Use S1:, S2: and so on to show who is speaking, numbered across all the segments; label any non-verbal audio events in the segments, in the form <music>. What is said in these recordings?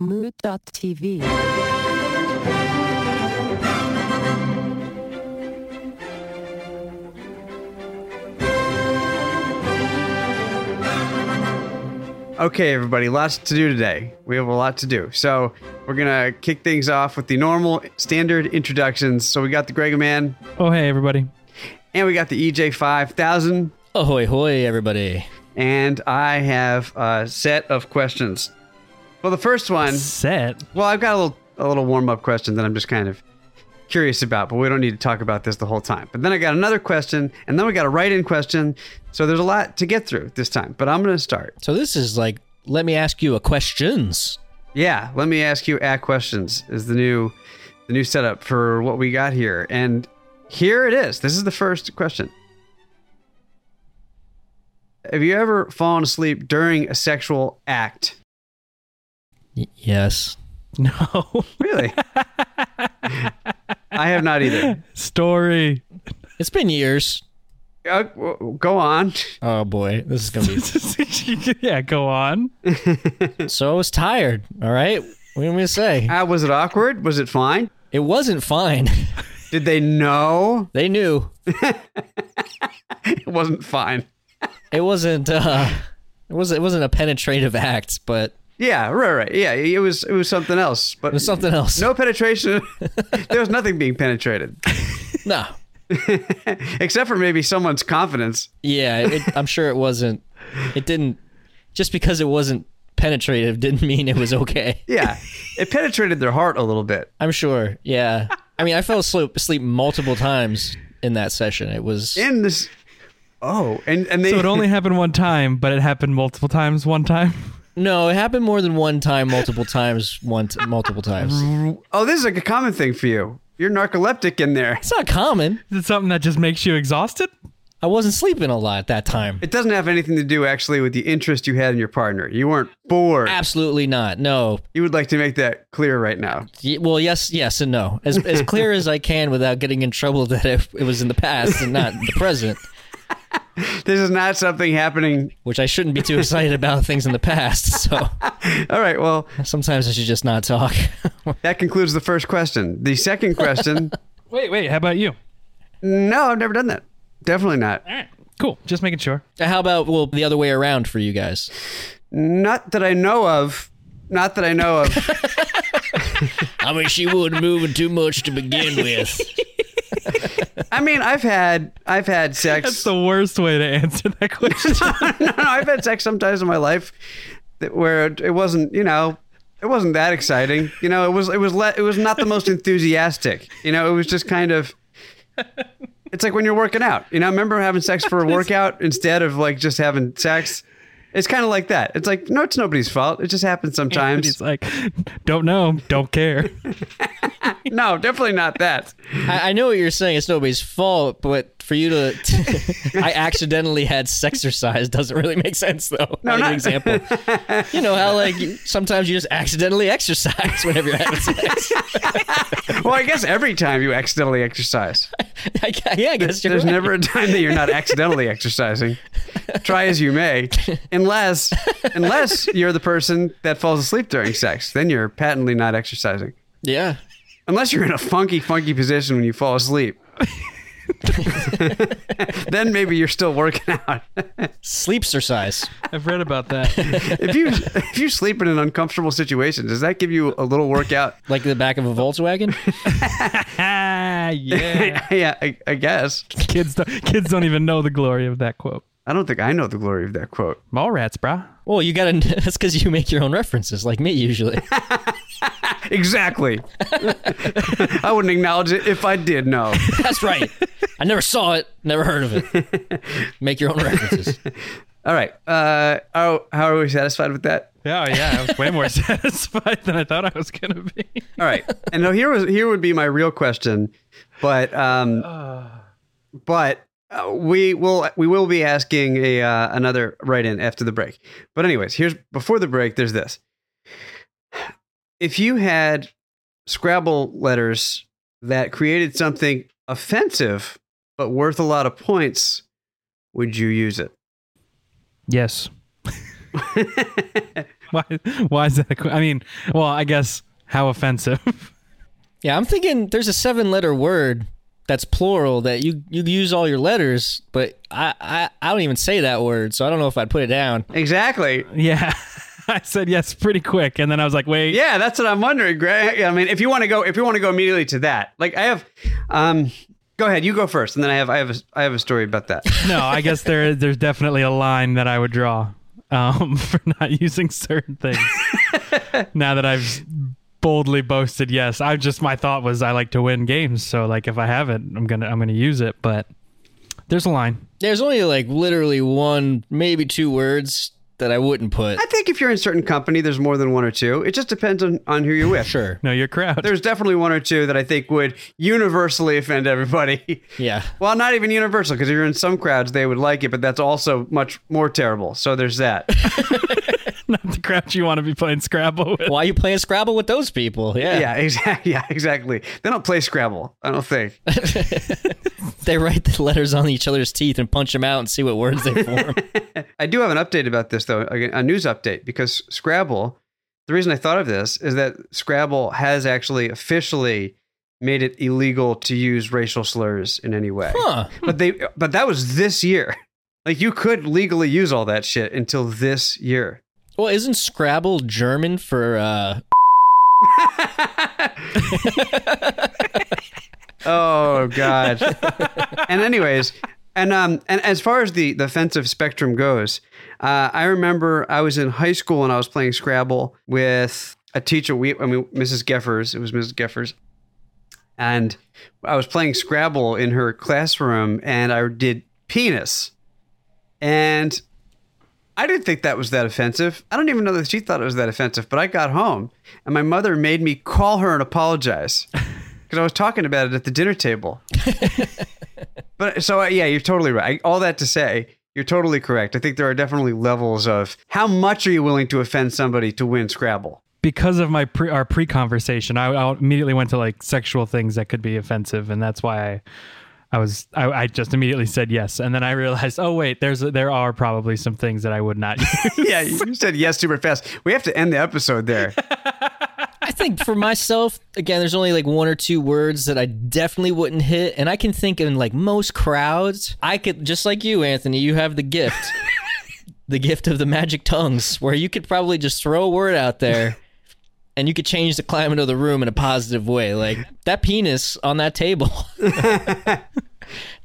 S1: Mood.tv.
S2: Okay, everybody, lots to do today. We have a lot to do. So we're gonna kick things off with the normal standard introductions. So we got the Greg Man
S3: Oh, hey, everybody. <laughs>
S2: and we got the EJ five thousand.
S4: Ahoy, hoy, everybody.
S2: And I have a set of questions. Well the first one
S3: Set.
S2: well, I've got a little a little warm up question that I'm just kind of curious about, but we don't need to talk about this the whole time. But then I got another question, and then we got a write in question. So there's a lot to get through this time. But I'm gonna start.
S4: So this is like, let me ask you a questions.
S2: Yeah, let me ask you at questions is the new the new setup for what we got here. And here it is. This is the first question. Have you ever fallen asleep during a sexual act?
S4: Y- yes.
S3: No.
S4: <laughs>
S2: Really? I have not either.
S3: Story. <laughs>
S4: It's been years.
S2: Uh, w- w- go on.
S4: Oh boy, this is gonna be.
S3: yeah, go on.
S4: <laughs> so I was tired. All right, what am I gonna say?
S2: Uh, was it awkward? Was it fine?
S4: It wasn't <laughs> fine.
S2: Did they know
S4: They knew
S2: it wasn't fine?
S4: it wasn't. uh It was. It wasn't a penetrative act, but
S2: Yeah, right, right. Yeah, it was it was something else, but
S4: it was something else.
S2: no penetration. <laughs> there was nothing being penetrated.
S4: No.
S2: except for maybe someone's confidence.
S4: Yeah, it, I'm sure it wasn't. It didn't. Just because it wasn't penetrative didn't mean it was okay.
S3: <laughs>
S2: Yeah, it penetrated their heart a little bit.
S4: I'm sure. Yeah. I mean, I fell asleep, asleep multiple times in that session. It was.
S2: In this, oh, and and they
S3: So it only happened one time, but it happened multiple times one time. <laughs>
S4: No, it happened more than one time, multiple times, one t- multiple times.
S2: <laughs> oh, this is like a common thing for you. You're narcoleptic in there.
S4: It's not common.
S3: Is it something that just makes you exhausted?
S4: I wasn't sleeping a lot that time.
S2: It doesn't have anything to do actually with the interest you had in your partner. You weren't bored.
S4: Absolutely not. No.
S2: You would like to make that clear right now.
S4: Y- Well, yes, yes, and no. As as clear as I can without getting in trouble that it, it was in the past and not the present,
S2: This is not something happening.
S4: which I shouldn't be too excited about things in the past. So
S2: All right, well,
S4: sometimes I should just not talk. <laughs>
S2: that concludes the first question. The second question,
S3: <laughs> Wait, wait, how about you?
S2: no, I've never done that. Definitely not.
S3: Cool. Just making sure.
S4: How about well the other way around for you guys?
S2: Not that I know of. Not that I know of.
S3: <laughs>
S4: I mean, she wasn't moving too much to begin with.
S2: I mean, I've had I've had sex.
S3: That's the worst way to answer that <laughs> question.
S2: no, no, <laughs> I've had sex sometimes in my life that, where it, it wasn't, you know, it wasn't that exciting. You know, it was it was le- it was not the most enthusiastic. You know, it was just kind of. It's like when you're working out. You know, remember having sex for a workout instead of like just having sex. It's kind of like that. It's like no, it's nobody's fault. It just happens
S3: And <laughs>
S2: sometimes.
S3: he's like, don't know, don't care.
S2: No, definitely not that.
S4: I, I know what you're saying. It's nobody's fault, but for you to, <laughs> I accidentally had sexercise doesn't really make sense, though. No,
S2: not- <laughs>
S4: an example. you know how like you- sometimes you just accidentally exercise whenever you're having sex. <laughs>
S2: Well, I guess every time you accidentally exercise,
S4: I, gu- yeah, I guess you're
S2: there's
S4: right.
S2: never a time that you're not accidentally exercising. Try as you may, unless unless you're the person that falls asleep during sex, then you're patently not exercising.
S4: Yeah,
S2: Unless you're in a funky, funky position when you fall asleep. <laughs> then maybe you're still working out.
S4: sleep exercise.
S3: I've read about <laughs> that.
S2: If you if you sleep in an uncomfortable situation, does that give you a little workout? <laughs>
S4: Like the back of a Volkswagen.
S3: ah, yeah. <laughs>
S2: yeah, I, I guess.
S3: kids, don't, kids don't even know the glory of that quote.
S2: I don't think I know the glory of that quote.
S3: Mall rats, brah.
S4: Well, you gotta. <laughs> That's because you make your own references, like me usually. <laughs>
S2: Exactly. <laughs> I wouldn't acknowledge it if I did know.
S4: That's right. I never saw it, never heard of it.
S2: <laughs>
S4: Make your own references.
S2: All right. Uh, oh, how are we satisfied with that?
S3: Yeah, yeah, I was way <laughs> more satisfied than I thought I was gonna be.
S2: All right. and now here was here would be my real question, but um,
S3: Uh,
S2: but uh, we will we will be asking a uh, another write in after the break. But anyways, here's before the break. There's this. If you had Scrabble letters that created something offensive but worth a lot of points, would you use it?
S3: Yes, <laughs> Why? Why is that? A, que- I mean, well, I guess how offensive. <laughs>
S4: Yeah, I'm thinking there's a seven letter word that's plural that you you use all your letters, but I, I I don't even say that word, so I don't know if I'd put it down.
S2: Exactly.
S3: yeah, <laughs> I said yes pretty quick, and then I was like, wait,
S2: Yeah, that's what I'm wondering, Greg. I mean, if you want to go, if you want to go immediately to that, like I have, um, go ahead, you go first, and then I have, I have, a, I have a story about that.
S3: no, I guess there is. There's definitely a line that I would draw um, <laughs> for not using certain things. now that I've boldly boasted, yes, I just my thought was I like to win games, so like if I have it, I'm gonna I'm gonna use it. But there's a line.
S4: There's only like literally one, maybe two words that I wouldn't put.
S2: I think if you're in certain company, there's more than one or two. It just depends on on who you're with. <laughs>
S4: Sure.
S3: No, your crowd. <laughs>
S2: There's definitely one or two that I think would universally offend everybody. <laughs>
S4: Yeah.
S2: Well, not even universal, because if you're in some crowds, they would like it, but that's also much more terrible. So there's that.
S3: not the crowd you want to be playing Scrabble with.
S4: Why are you playing Scrabble with those people? Yeah.
S2: yeah, exactly. <laughs> Yeah, exactly. They don't play Scrabble, I don't think.
S4: <laughs> They write the letters on each other's teeth and punch them out and see what words
S2: <laughs>
S4: they form.
S2: I do have an update about this though, again, a news update because Scrabble. The reason I thought of this is that Scrabble has actually officially made it illegal to use racial slurs in any way.
S4: huh.
S2: But they, but that was this year. Like you could legally use all that shit until this year.
S4: Well, isn't Scrabble German for uh
S2: Oh god. and anyways, and um, and as far as the the offensive spectrum goes, uh, I remember I was in high school and I was playing Scrabble with a teacher. We, I mean, Mrs. Geffers. It was Mrs. Geffers, and I was playing Scrabble in her classroom, and I did penis, and. I didn't think that was that offensive. I don't even know that she thought it was that offensive, but I got home and my mother made me call her and apologize because I was talking about it at the dinner table. But so uh, yeah, you're totally right. All that to say, you're totally correct. I think there are definitely levels of how much are you willing to offend somebody to win Scrabble.
S3: because of my pre, our pre-conversation, I, I immediately went to like sexual things that could be offensive, and that's why I, I was I, I just immediately said yes, and then I realized, oh wait, there's there are probably some things that I would not use. <laughs>
S2: yeah, you said yes super fast. We have to end the episode there.
S4: I think for myself, again, there's only like one or two words that I definitely wouldn't hit, and I can think in like most crowds, I could just like you, Anthony. You have the gift, the gift of the magic tongues, where you could probably just throw a word out there, and you could change the climate of the room in a positive way. Like that penis on that table,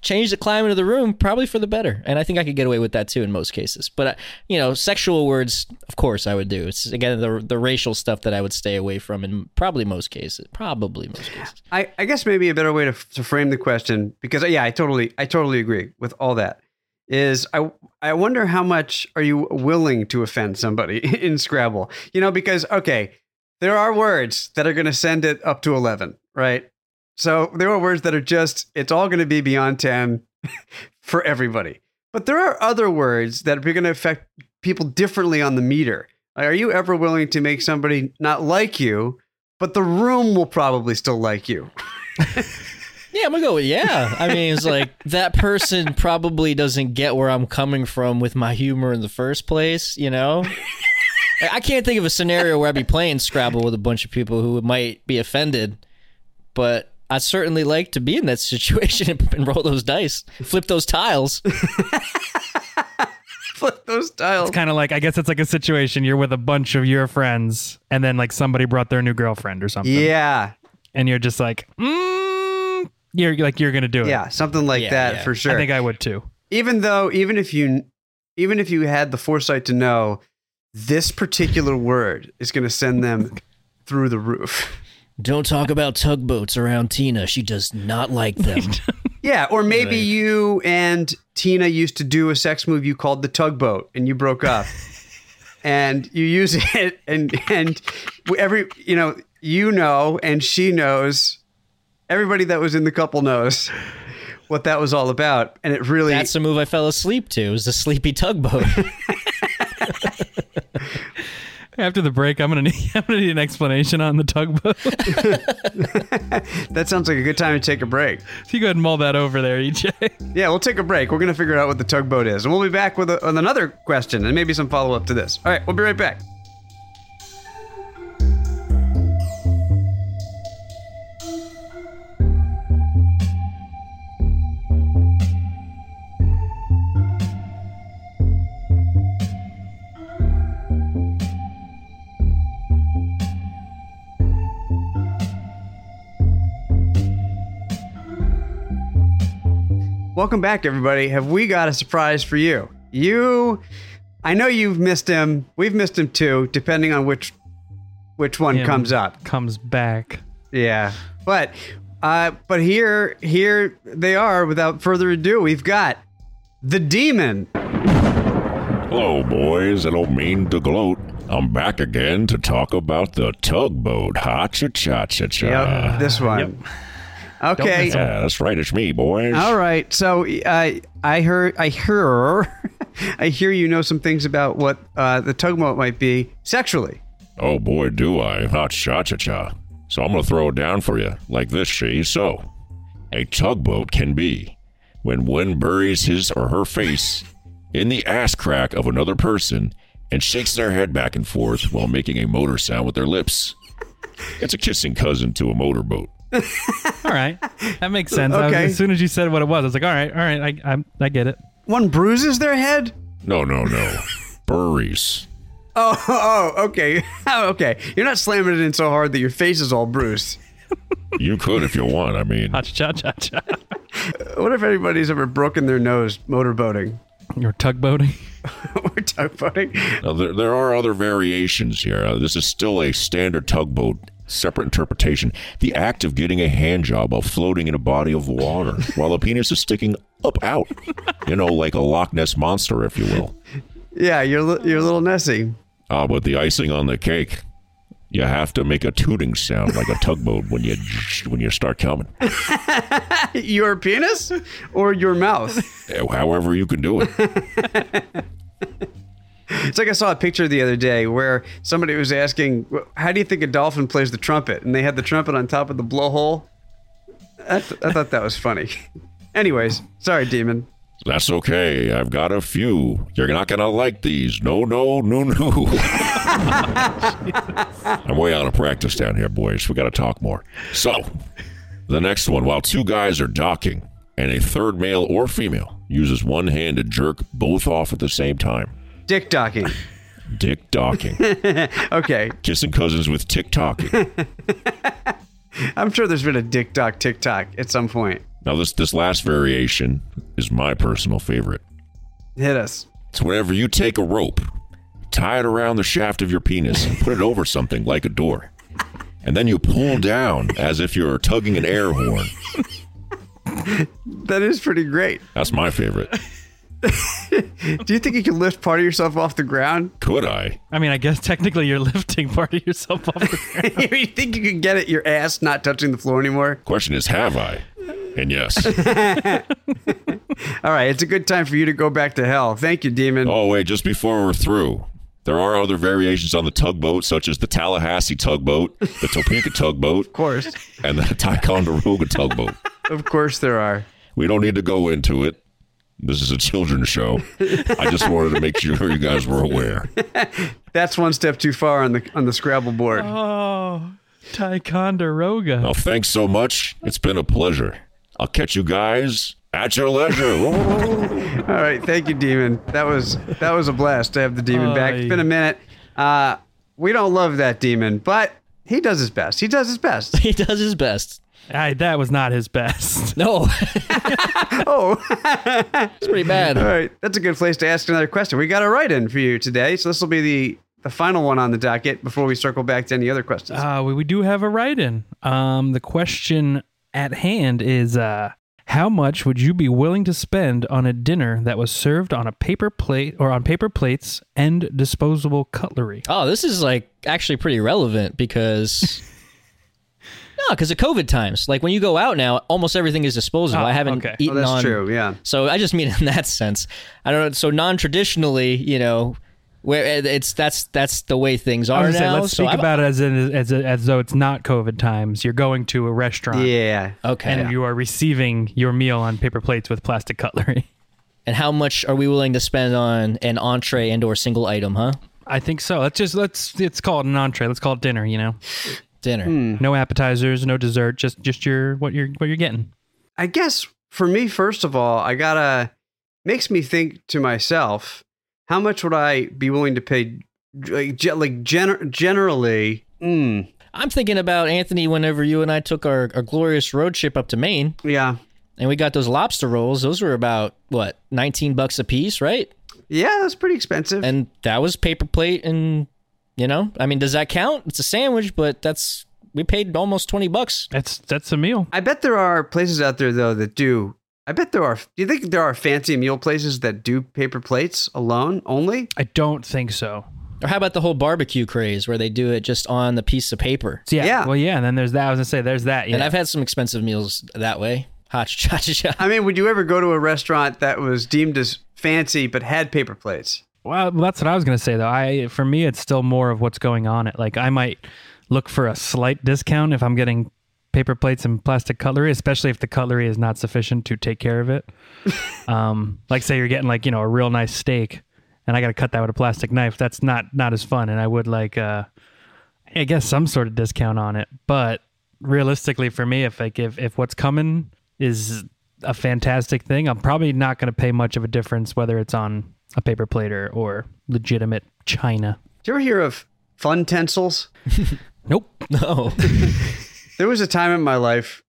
S4: change the climate of the room probably for the better. And I think I could get away with that too in most cases. But uh, you know, sexual words, of course, I would do. It's again the the racial stuff that I would stay away from in probably most cases. Probably most cases.
S2: I, I guess maybe a better way to, to frame the question because yeah, I totally I totally agree with all that. Is I I wonder how much are you willing to offend somebody <laughs> in Scrabble? You know, because okay, there are words that are going to send it up to 11, right? So there are words that are just it's all going to be beyond 10 <laughs> for everybody. But there are other words that are going to affect people differently on the meter. Like, are you ever willing to make somebody not like you, but the room will probably still like you?
S4: Yeah, I'm gonna go with yeah. I mean, it's like that person probably doesn't get where I'm coming from with my humor in the first place. You know. I- I can't think of a scenario where I'd be playing Scrabble with a bunch of people who might be offended, but I certainly like to be in that situation <laughs> and, and roll those dice, flip those tiles.
S2: flip those tiles.
S3: it's kind of like I guess it's like a situation you're with a bunch of your friends, and then like somebody brought their new girlfriend or something,
S2: yeah.
S3: and you're just like, mm, you're like you're gonna do it.
S2: Yeah, something like
S4: Yeah,
S2: that
S4: yeah.
S2: for sure.
S3: I think I would too.
S2: even though even if you even if you had the foresight to know this particular word is going to send them through the roof. <laughs>
S4: Don't talk about tugboats around Tina. She does not like them.
S2: Yeah, or maybe
S4: Right.
S2: you and Tina used to do a sex move you called the tugboat and you broke up.
S3: <laughs>
S2: and you use <laughs> it and and every you know, you know and she knows everybody that was in the couple knows what that was all about and it really
S4: That's the move I fell asleep to. Is the sleepy tugboat? <laughs>
S3: After the break, I'm gonna need, <laughs> I'm gonna need an explanation on the tugboat. <laughs>
S2: That sounds like a good time to take a break.
S3: If you go ahead and mull that over there, E EJ.
S2: Yeah, we'll take a break. We're going to figure out what the tugboat is. And we'll be back with, a, with another question and maybe some follow up to this. All right, we'll be right back. Welcome back, everybody. Have we got a surprise for you? You, I know you've missed him. We've missed him too, depending on which which one
S3: Him.
S2: comes up.
S3: Comes back.
S2: Yeah, but uh, but here here they are. Without further ado, we've got the demon.
S1: Hello, boys. I don't mean to gloat. I'm back again to talk about the tugboat. Ha cha cha cha cha.
S2: Yep, this one. Okay,
S1: Yeah, that's right. It's me, boys.
S2: All right. So uh, I heard, I hear, <laughs> I hear you know some things about what uh, the tugboat might be sexually.
S1: Oh, boy, do I. Ha cha cha cha. So I'm going to throw it down for you like this, she. So, a tugboat can be when one buries his or her face in the ass crack of another person and shakes their head back and forth while making a motor sound with their lips. It's a kissing cousin to a motorboat.
S3: All right, that makes sense. I was-
S2: Okay.
S3: as soon as you said what it was, I was like, all right, all right, I I, I get it.
S2: One bruises their head. <laughs>
S1: No, no, no. Buries.
S2: Oh, oh, okay, <laughs> Oh, okay. You're not slamming it in so hard that your face is all bruised.
S1: You could if you want. I mean,
S3: Cha cha cha cha.
S2: I wonder if anybody's ever broken their nose motorboating <laughs>
S3: You're tugboating.
S2: or tugboating.
S1: now, there, there are other variations here. Uh, this is still a standard tugboat, separate interpretation. The act of getting a hand job while floating in a body of water while the penis is sticking up out. You know, like a Loch Ness monster, if you will.
S2: Yeah, you're li- you're a little Nessie.
S1: Ah, but the icing on the cake. You have to make a tooting sound like a tugboat when you when you start coming.
S2: Your penis or your mouth?
S1: Eh, However, you can do it.
S2: It's like I saw a picture the other day where somebody was asking, "How do you think a dolphin plays the trumpet?" And they had the trumpet on top of the blowhole. I, th- I thought that was funny. <laughs> Anyways, sorry, demon.
S1: That's okay. I've got a few. You're not going to like these. No, no, no, no. <laughs> I'm way out of practice down here, boys. We got to talk more. So, the next one while two guys are docking and a third male or female uses one hand to jerk both off at the same time.
S2: Dick docking.
S1: Dick docking. <laughs>
S2: Okay,
S1: Kissing cousins with tick tocking.
S2: I'm sure there's been a dick dock TikTok at some point.
S1: Now, this, this last variation is my personal favorite.
S2: Hit us.
S1: It's whenever you take a rope, tie it around the shaft of your penis, and put it over something like a door. And then you pull down as if you're tugging an air horn.
S2: That is pretty great.
S1: That's my favorite.
S2: Do you think you can lift part of yourself off the ground? <laughs>
S1: Could I?
S3: I mean, I guess technically you're lifting part of yourself off. The ground.
S2: you think you can get it? Your ass not touching the floor anymore.
S1: Question is, have I? And yes.
S2: All right, it's a good time for you to go back to hell. Thank you, demon.
S1: Oh, wait, just before we're through, there are other variations on the tugboat, such as the Tallahassee tugboat, the Topeka tugboat,
S2: Of course,
S1: and the Ticonderoga tugboat.
S2: of course there are.
S1: We don't need to go into it. This is a children's show. I just wanted to make sure you guys were aware.
S2: That's one step too far on the on the Scrabble board.
S3: <laughs> oh, Ticonderoga.
S1: Well, thanks so much. It's been a pleasure. I'll catch you guys at your leisure. <laughs>
S2: All right, thank you, Demon. That was that was a blast to have the Demon back. It's been a minute. Uh, we don't love that Demon, but he does his best. He does his best.
S4: He does his best.
S3: I, that was not his best.
S4: <laughs> No,
S2: Oh,
S4: <laughs> it's pretty bad.
S2: all right, that's a good place to ask another question. We got a write-in for you today, so this will be the the final one on the docket before we circle back to any other questions.
S3: <laughs> Uh, we, we do have a write in. Um, the question at hand is uh, how much would you be willing to spend on a dinner that was served on a paper plate or on paper plates and disposable cutlery?
S4: Oh, this is like actually pretty
S3: <laughs>
S4: relevant because no, because of COVID times. Like when you go out now, almost everything is disposable.
S3: Ah,
S4: I haven't
S3: okay. Oh,
S2: oh,
S4: eaten
S2: that's
S4: on.
S2: true. Yeah.
S4: So I just mean <laughs> in that sense. I don't know. So non-traditionally, you know, where eh, it's that's that's the way things
S3: I
S4: are
S3: was gonna say,
S4: now.
S3: let's
S4: so
S3: speak
S4: I'm-
S3: about it as, in, as as though it's not COVID times. You're going to a restaurant
S2: Yeah.
S4: okay.
S3: and you are receiving your meal on paper plates with plastic cutlery. <laughs>
S4: and how much are we willing to spend on an entree and or single item, huh?
S3: I think so. Let's just let's it's called an entree. Let's call it dinner. You know,
S4: Dinner.
S3: no appetizers, no dessert, just just your what you're what you're getting.
S2: I guess for me, first of all, I gotta makes me think to myself, how much would I be willing to pay? Like, ge- like gener- generally, mm,
S4: I'm thinking about Anthony whenever you and I took our, our glorious road trip up to Maine.
S2: yeah,
S4: and we got those lobster rolls. Those were about what nineteen bucks a piece, right?
S2: Yeah, that's pretty expensive.
S4: And that was paper plate, and you know, I mean, does that count? It's a sandwich, but that's we paid almost twenty bucks.
S3: That's that's a meal.
S2: I bet there are places out there though that do. I bet there are. Do you think there are fancy meal places that do paper plates alone only?
S3: I don't think so.
S4: Or how about the whole barbecue craze where they do it just on the piece of paper?
S3: So, yeah,
S2: Yeah.
S3: Well, yeah. And then there's that. I was gonna say there's that. Yeah.
S4: And I've had some expensive meals that way. <laughs> Hot cha cha cha.
S2: I mean, would you ever go to a restaurant that was deemed as fancy but had paper plates?
S3: well, that's what I was gonna say though. I for me, it's still more of what's going on. It like I might look for a slight discount if I'm getting paper plates and plastic cutlery, especially if the cutlery is not sufficient to take care of it. um, like say you're getting like you know a real nice steak, and I got to cut that with a plastic knife. That's not not as fun, and I would like uh, I guess some sort of discount on it. But realistically, for me, if like if if what's coming is a fantastic thing, I'm probably not going to pay much of a difference whether it's on a paper plate or, or legitimate china.
S2: Did you ever hear of fun tensils?
S3: Nope.
S4: <laughs> No.
S2: There was a time in my life,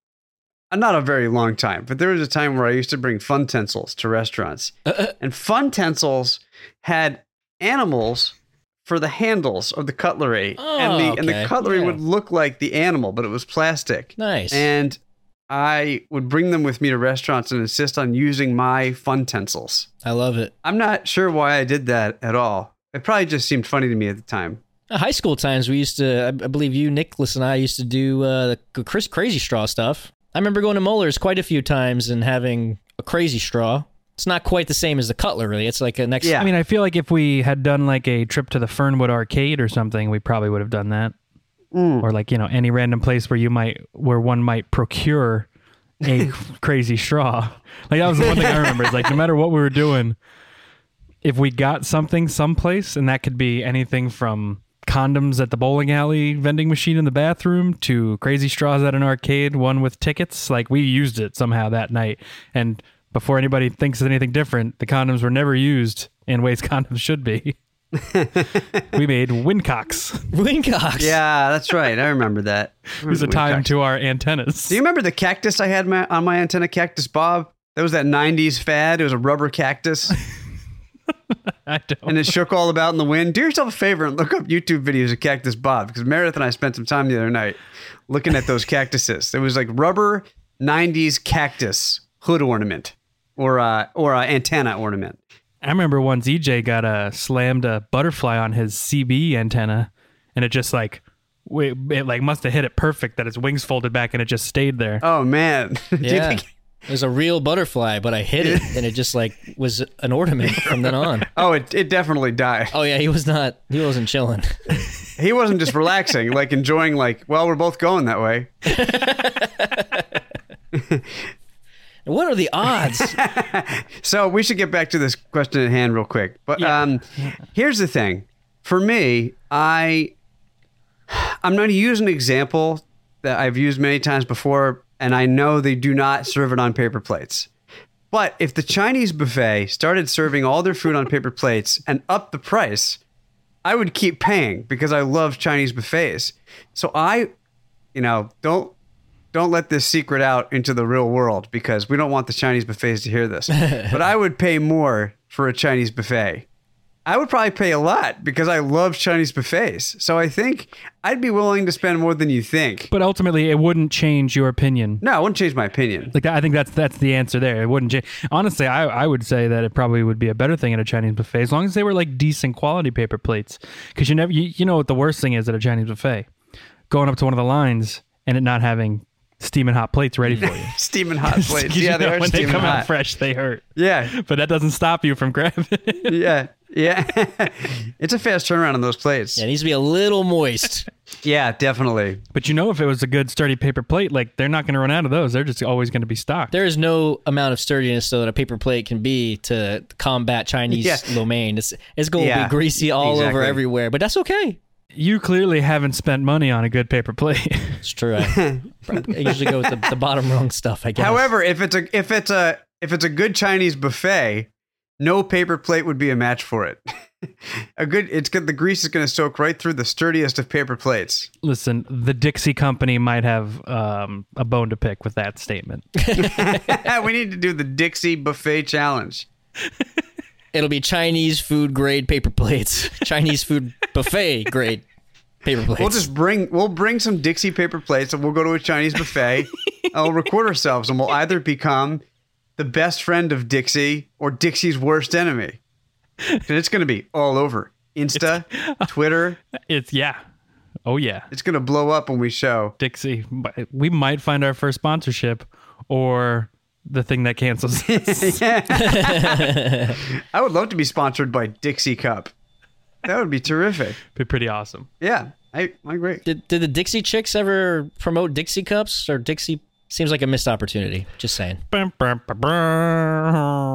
S2: uh, not a very long time, but there was a time where I used to bring fun tensils to restaurants. and fun tensils had animals for the handles of the cutlery. and the
S4: Oh,
S2: and the
S4: okay.
S2: cutlery
S4: Yeah.
S2: would look like the animal, but it was plastic.
S4: Nice.
S2: And I would bring them with me to restaurants and insist on using my fun tensils.
S4: I love it.
S2: I'm not sure why I did that at all. It probably just seemed funny to me at the time.
S4: Uh, High school times, we used to, I I believe you, Nicholas, and I used to do uh, the Chris Crazy Straw stuff. I remember going to Muller's quite a few times and having a crazy straw. It's not quite the same as the cutlery. It's like a next.
S2: Yeah.
S4: <laughs>
S3: I mean, I feel like if we had done like a trip to the Fernwood Arcade or something, we probably would have done that. Or like you know any random place where you might where one might procure a crazy straw. Like that was the one thing I remember. Is like no matter what we were doing, if we got something someplace, and that could be anything from condoms at the bowling alley vending machine in the bathroom to crazy straws at an arcade, one with tickets. Like we used it somehow that night. And before anybody thinks of anything different, the condoms were never used in ways <laughs> condoms
S2: <laughs>
S3: should be. we made Wincocks.
S4: Wincox.
S2: Yeah, that's right. I remember that. It
S3: It was a time to our antennas.
S2: Do you remember the cactus I had my, on my antenna cactus, Bob? That was that 90s fad. It was a rubber cactus
S3: <laughs> I don't.
S2: and it shook all about in the wind. Do yourself a favor and look up YouTube videos of Cactus Bob because Meredith and I spent some time the other night looking at those cactuses. There was like rubber 90s cactus hood ornament or uh, or uh, antenna ornament.
S3: I remember once EJ got a slammed a butterfly on his CB antenna, and it just like w- it like must have hit it perfect that its wings folded back and it just stayed there.
S2: Oh, man. <laughs> Do you
S4: Yeah.
S2: think-
S4: It was a real butterfly, but I
S2: <laughs>
S4: hit it and it just like was an ornament from then on.
S2: oh, it, it definitely died.
S4: Oh, yeah. He was not, he wasn't chilling. <laughs>
S2: He wasn't just relaxing, like enjoying, like, well, we're both going that way.
S4: What are the
S2: <laughs>
S4: odds?
S2: So we should get back to this question at hand real quick. But um, here's the thing: for me, I I'm going to use an example that I've used many times before, and I know they do not serve it on paper plates. But if the Chinese buffet started serving all their food on paper plates and up the price, I would keep paying because I love Chinese buffets. So I, you know, don't don't let this secret out into the real world because we don't want the Chinese buffets to hear
S3: <laughs>
S2: this. but I would pay more for a Chinese buffet. I would probably pay a lot because I love Chinese buffets. So I think I'd be willing to spend more than you think.
S3: But ultimately, it wouldn't change your opinion.
S2: No, I wouldn't change my
S3: <laughs>
S2: opinion.
S3: Like I think that's that's the answer there. It wouldn't change. Honestly, I I would say that it probably would be a better thing at a Chinese buffet as long as they were like decent quality paper plates. Because you never you, you know what the worst thing is at a Chinese buffet, going up to one of the lines and it not having steaming hot plates ready
S2: <laughs>
S3: for you.
S2: Steaming
S3: <laughs>
S2: hot
S3: 'Cause
S2: plates.
S3: you
S2: Yeah, they
S3: know
S2: are
S3: when they
S2: steaming
S3: come
S2: hot.
S3: out fresh, they hurt.
S2: Yeah,
S3: <laughs> but that doesn't stop you from grabbing it.
S2: yeah, yeah. <laughs> it's a fast turnaround on those plates.
S4: Yeah, it needs to be a little moist.
S2: Yeah, definitely.
S3: But you know, if it was a good sturdy paper plate, like they're not going to run out of those. They're just always going to be stocked.
S4: There is no amount of sturdiness though that a paper plate can be to combat Chinese
S2: Yeah.
S4: lo mein. It's it's going to
S2: Yeah,
S4: be greasy all over
S2: exactly.
S4: everywhere, but that's okay.
S3: you clearly haven't spent money on a good paper plate. <laughs>
S4: It's
S2: <laughs>
S4: true. I, I usually go with the, the bottom rung stuff. I guess.
S2: However, if it's a if it's a if it's a good Chinese buffet No paper plate would be a match for it. <laughs> a good, it's good. The grease is going to soak right through the sturdiest of paper plates. <laughs>
S3: Listen, the Dixie Company might have um, a bone to pick with that statement.
S2: we need to do the Dixie buffet challenge.
S4: It'll be Chinese food grade paper plates. <laughs> Chinese food buffet grade paper plates.
S2: We'll just bring, we'll bring some Dixie paper plates, and we'll go to a Chinese buffet. and we'll record ourselves, and we'll either become the best friend of Dixie or Dixie's worst enemy. And it's going to be all over Insta, Twitter.
S3: It's yeah, oh yeah,
S2: It's going to blow up when we show.
S3: Dixie. mi- We might find our first sponsorship or the thing that cancels. <laughs> us.
S2: I would love to be sponsored by Dixie Cup. That would be terrific.
S3: Be pretty awesome.
S2: Yeah, I, I agree.
S4: did, did the Dixie Chicks ever promote Dixie cups or Dixie? Seems like a missed opportunity. Just saying.
S3: Bum, bum, bum, bum.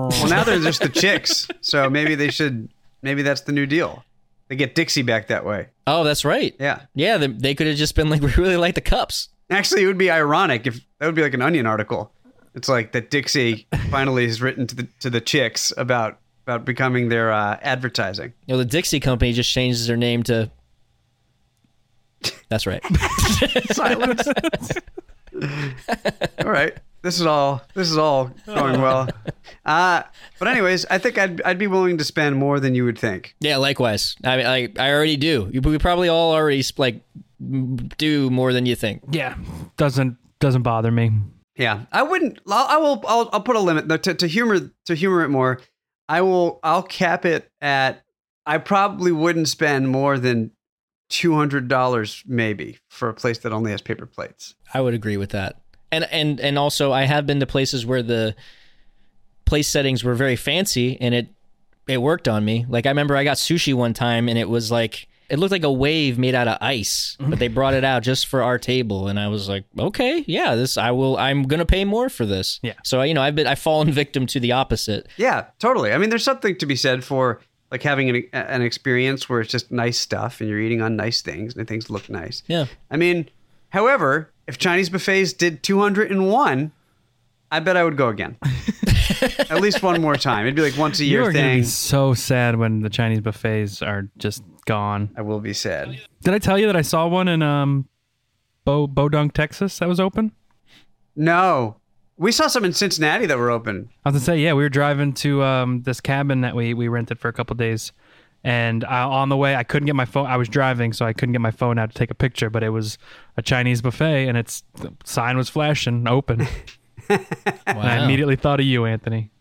S2: Well, now they're just the chicks, so maybe they should. Maybe that's the new deal. They get Dixie back that way.
S4: Oh, that's right.
S2: Yeah.
S4: Yeah, they, they could have just been like, <laughs> we really like the cups.
S2: Actually, it would be ironic if that would be like an Onion article. It's like that Dixie finally has written to the to the chicks about about becoming their uh, advertising.
S4: You know, the Dixie company just changes their name to. That's right.
S2: Silence. all right. This is all this is all going well. Uh, but anyways, I think I'd I'd be willing to spend more than you would think.
S4: yeah, likewise. I mean, I, I already do. You, we probably all already like do more than you think.
S3: Yeah, doesn't doesn't bother me.
S2: Yeah, I wouldn't. I'll, I will. I'll, I'll put a limit though, to, to humor to humor it more. I will. I'll cap it at. I probably wouldn't spend more than two hundred dollars, maybe, for a place that only has paper plates.
S4: I would agree with that. And and and also, I have been to places where the place settings were very fancy, and it it worked on me. Like I remember I got sushi one time, and it was like it looked like a wave made out of ice, but they brought it out just for our table, and I was like, okay, yeah, this I will. I'm gonna pay more for this.
S3: Yeah.
S4: So you know, I've been I've fallen <laughs> victim to the opposite.
S2: Yeah, totally. I mean, there's something to be said for like having an, an experience where it's just nice stuff and you're eating on nice things and things look nice.
S4: Yeah.
S2: I mean, however, if Chinese buffets did 201, I bet I would go
S3: <laughs>
S2: again. At least one more time. It'd be like once a
S3: You
S2: year
S3: are gonna be
S2: thing.
S3: so sad when the Chinese buffets are just gone.
S2: I will be sad.
S3: Did I tell you that I saw one in um, Bo Bodunk, Texas that was open?
S2: No. We saw some in Cincinnati that were open.
S3: I was gonna say, yeah, we were driving to um, this cabin that we we rented for a couple days, and I, on the way, I couldn't get my phone. I was driving, so I couldn't get my phone out to take a picture. But it was a Chinese buffet, and its the sign was flashing open.
S4: Wow.
S3: And I immediately thought of you, Anthony.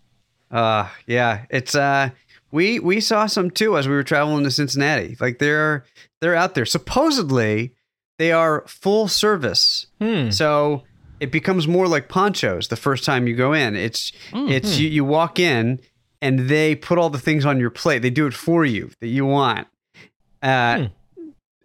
S2: Uh yeah. It's uh we we saw some too as we were traveling to Cincinnati. Like they're they're out there. Supposedly they are full service.
S4: Hmm.
S2: So it becomes more like ponchos the first time you go in. It's
S4: Hmm,
S2: it's you, you walk in and they put all the things on your plate. They do it for you that you want. Uh,
S4: Hmm.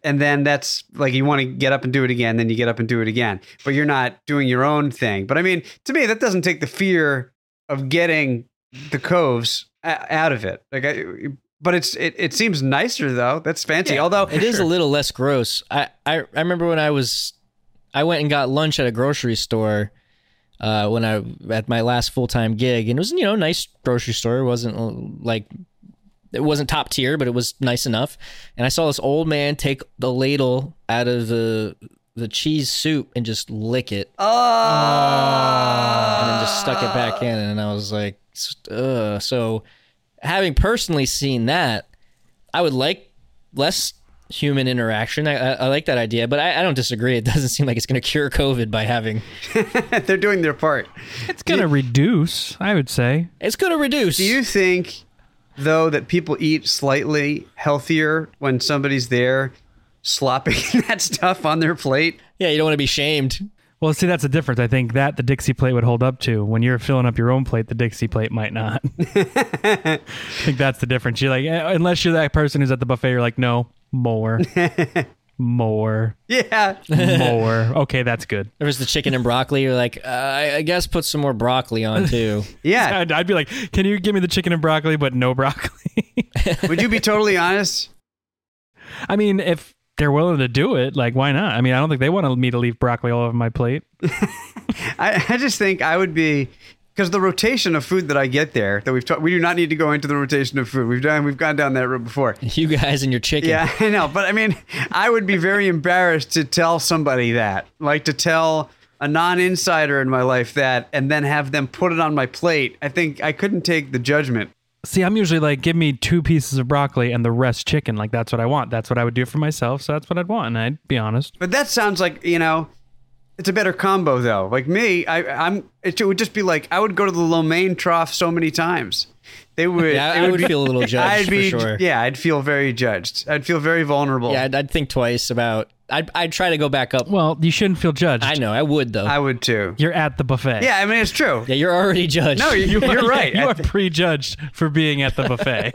S2: And then that's like you want to get up and do it again. Then you get up and do it again, but you're not doing your own thing. But I mean, to me, that doesn't take the fear of getting the coves a- out of it. Like, I, but it's it, it seems nicer though. That's fancy. Although
S4: It is a little less gross. I, I, I remember when I was, I went and got lunch at a grocery store uh, when I at my last full time gig, and it was you know nice grocery store. It wasn't uh, like it wasn't top tier, but it was nice enough. And I saw this old man take the ladle out of the the cheese soup and just lick it, and then just stuck it back in, and I was like, Ugh. so having personally seen that, I would like less human interaction. I, I, I like that idea, but I, I don't disagree. It doesn't seem like it's going to cure COVID by having.
S2: <laughs> they're doing their part.
S3: It's gonna reduce, I would say.
S4: It's going to reduce.
S2: Do you think, though, that people eat slightly healthier when somebody's there slopping <laughs> that stuff on their plate?
S4: yeah, you don't want to be shamed.
S3: Well, see, that's the difference. I think that the Dixie plate would hold up to. When you're filling up your own plate, the Dixie plate might not. <laughs> I think that's the difference. You're like, eh, unless you're that person who's at the buffet, you're like, no, more, more,
S2: Yeah.
S3: more. Okay, that's good.
S4: There was the chicken and broccoli. You're like, uh, I, I guess put some more broccoli on
S2: <laughs>
S4: too.
S2: Yeah.
S3: I'd, I'd be like, can you give me the chicken and broccoli, but no <laughs> broccoli?
S2: Would you be totally honest?
S3: I mean, if they're willing to do it, like, why not? I mean, I don't think they want me to leave broccoli all over my plate.
S2: I, I just think I would be because the rotation of food that I get there that we've talked, we do not need to go into the rotation of food. We've done, we've gone down that road before.
S4: You guys and your chicken.
S2: Yeah, <laughs> I know. But I mean, I would be very embarrassed to tell somebody that, like to tell a non insider in my life that, and then have them put it on my plate. I think I couldn't take the judgment.
S3: See, I'm usually like, give me two pieces of broccoli and the rest chicken. Like that's what I want. That's what I would do for myself. So that's what I'd want. And I'd be honest.
S2: But that sounds like, you know, it's a better combo though. Like me, I, I'm, it would just be like, I would go to the Lomain trough so many times. They would,
S4: Yeah, I
S2: it would
S4: would
S2: be-
S4: feel a little
S2: <laughs>
S4: judged
S2: I'd be,
S4: for sure.
S2: yeah, I'd feel very judged. I'd feel very vulnerable.
S4: Yeah, I'd, I'd think twice about. I'd, I'd try to go back up.
S3: Well, you shouldn't feel judged.
S4: I know I would though.
S2: I would too.
S3: You're at the buffet.
S2: Yeah, I mean, it's true.
S4: yeah, you're already judged.
S2: No,
S4: <laughs>
S2: you, are right.
S3: You
S2: I
S3: are prejudged for being at the buffet.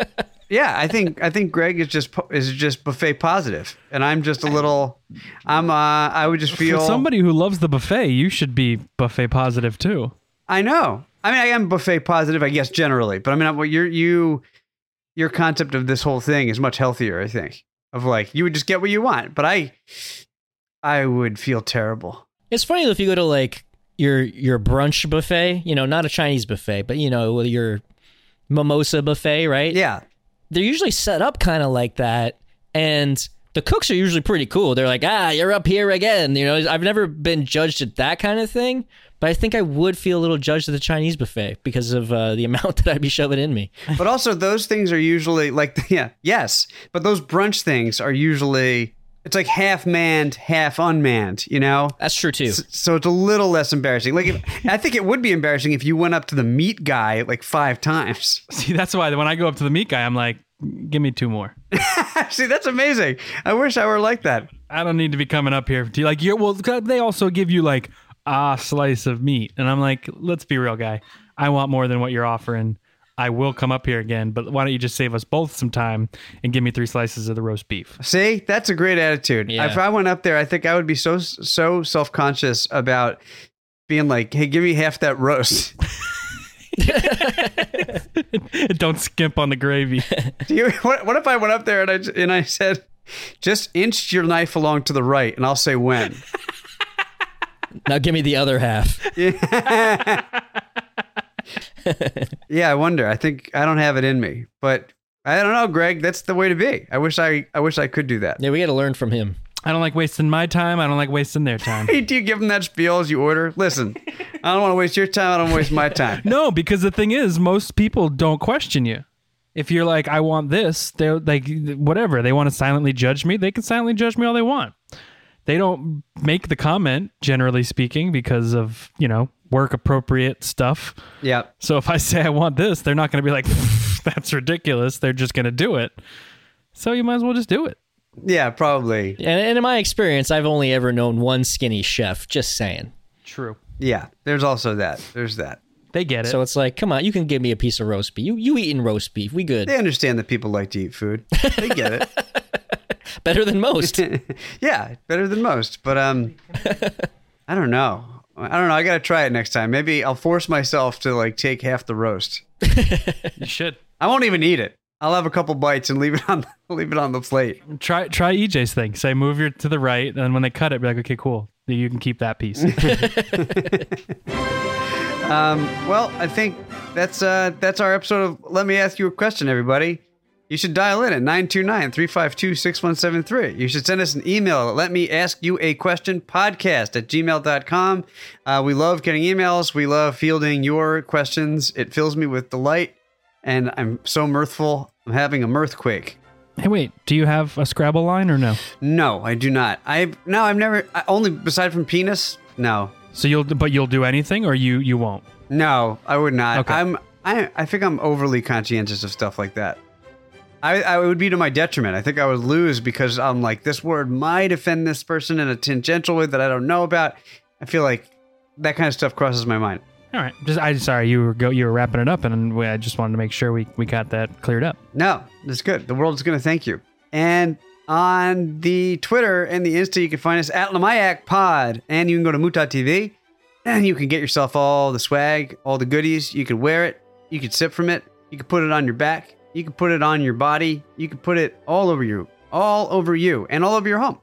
S2: Yeah, <laughs> I think I think Greg is just po- is just buffet positive, and I'm just a little. I'm. Uh, I would just
S3: For
S2: feel.
S3: somebody who loves the buffet, you should be buffet positive too.
S2: I know. I mean, I am buffet positive, I guess generally, but I mean, what your you your concept of this whole thing is much healthier. I think of like you would just get what you want, but I I would feel terrible.
S4: It's funny though if you go to like your your brunch buffet, you know, not a Chinese buffet, but you know your mimosa buffet, right?
S2: Yeah,
S4: they're usually set up kind of like that and the cooks are usually pretty cool they're like ah you're up here again you know i've never been judged at that kind of thing but i think i would feel a little judged at the chinese buffet because of uh, the <laughs> amount that i'd be shoving in me
S2: but also those things are usually like <laughs> yeah yes, but those brunch things are usually it's like half manned, half unmanned. You know.
S4: that's true too
S2: so it's a little less embarrassing. Like, if, I think it would be embarrassing if you went up to the meat guy like five times. <laughs>
S3: See, that's why when I go up to the meat guy, I'm like, give me two more.
S2: See, that's amazing. I wish I were like that.
S3: I don't need to be coming up here. Do you like you? Well, 'cause they also give you like a slice of meat, and I'm like, let's be real, guy. I want more than what you're offering. I will come up here again, but why don't you just save us both some time and give me three slices of the roast beef? <laughs>
S2: See, that's a great attitude.
S4: Yeah.
S2: If I went up there, I think I would be so so self conscious about being like, "Hey, give me half that roast." <laughs>
S3: don't skimp on the gravy.
S2: Do you? What, what if I went up there and I j- and I said, "Just inch your knife along to the right," and I'll say when. <laughs>
S4: now give me the other half
S2: Yeah, I wonder. I think I don't have it in me, but I don't know, Greg. That's the way to be. I wish I I wish I could do that.
S4: <laughs> yeah we gotta learn from him
S3: I don't like wasting my time. I don't like wasting their time. <laughs>
S2: Hey, do you give them that spiel as you order? Listen, I don't want to waste your time. I don't want to waste my
S4: <laughs>
S2: time.
S3: No, because the thing is, most people don't question you. If you're like, I want this, they're like, whatever. They want to silently judge me. They can silently judge me all they want. They don't make the comment, generally speaking, because of, you know, work appropriate stuff.
S2: Yeah.
S3: So if I <laughs> say I want this, they're not going to be like, <laughs> that's ridiculous. They're just going to do it. So you might as well just do it.
S2: Yeah, probably.
S4: and, and in my experience i've only ever known one skinny chef just saying
S3: True.
S2: Yeah. There's also that. There's that.
S3: They get it.
S4: so it's like come on you can give me a piece of roast beef you, you eating roast beef we good
S2: They understand that people like to eat food. They get it.
S4: better than <laughs> most
S2: yeah, better than most. But um I don't know. I don't know. I got to try it next time. Maybe I'll force myself to like take half the roast.
S3: you should.
S2: I won't even eat it. I'll have a couple bites and leave it on leave it on the <laughs> plate.
S3: Try try EJ's thing. Say move your to the right, and when they cut it, be like, okay, cool. You can keep
S2: <laughs>
S3: that piece.
S2: Well, I think that's uh that's our episode of Let Me Ask You a Question, everybody. You should dial in at 929-352-6173. You should send us an email at let me ask you a question podcast at gmail.com. Uh, we love getting emails. We love fielding your questions. It fills me with delight, and I'm so mirthful. I'm having a mirthquake.
S3: Hey, wait. Do you have a Scrabble line or no?
S2: No, I do not. I no, I've never I, only beside from penis. No,
S3: So you'll, but you'll do anything, or you you won't.
S2: No, I would not.
S3: Okay.
S2: I'm I I think I'm overly conscientious of stuff like that. I, I would be to my detriment. I think I would lose because I'm like this word might offend this person in a tangential way that I don't know about. I feel like that kind of stuff crosses my mind.
S3: All right. Just I sorry you were go you were wrapping it up, and we- I just wanted to make sure we we got that cleared up.
S2: No, that's good. The world's going to thank you. And on the Twitter and the Insta, you can find us at Lamayak Pod, and you can go to Muta TV, and you can get yourself all the swag, all the goodies. You can wear it, you can sip from it, you can put it on your back, you can put it on your body, you can put it all over you, all over you, and all over your home.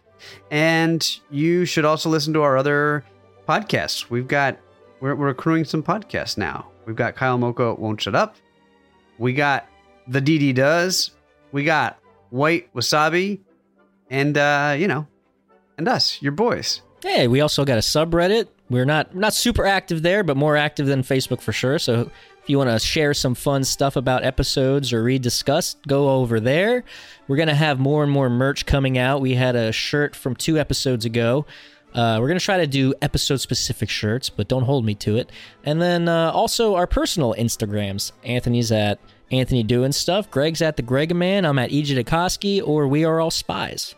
S2: And you should also listen to our other podcasts. We've got we're, we're accruing some podcasts now. We've got Kyle Moko Won't Shut Up. We got The DD Does. We got White Wasabi. And, uh, you know, and us, your boys.
S4: Hey, we also got a subreddit. We're not we're not super active there, but more active than Facebook for sure. So if you want to share some fun stuff about episodes or rediscuss, go over there. We're gonna have more and more merch coming out. We had a shirt from two episodes ago. Uh, we're gonna try to do episode specific shirts, but don't hold me to it. And then uh, also our personal Instagrams. Anthony's at Anthony doing stuff. Greg's at the Greg Man. I'm at EJ Dukoski or We Are All Spies.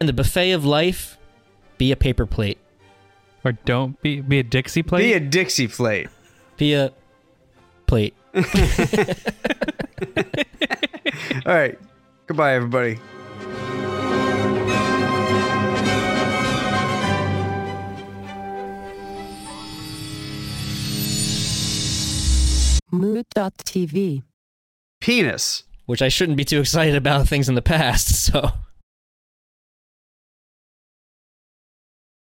S4: And the buffet of life be a paper plate.
S3: Or don't be be a Dixie plate.
S2: Be a Dixie plate.
S4: Be a plate.
S2: All right. Goodbye, everybody.
S5: Mood.tv.
S2: Penis.
S4: <laughs> Which I shouldn't be too excited about things in the past, <laughs> so.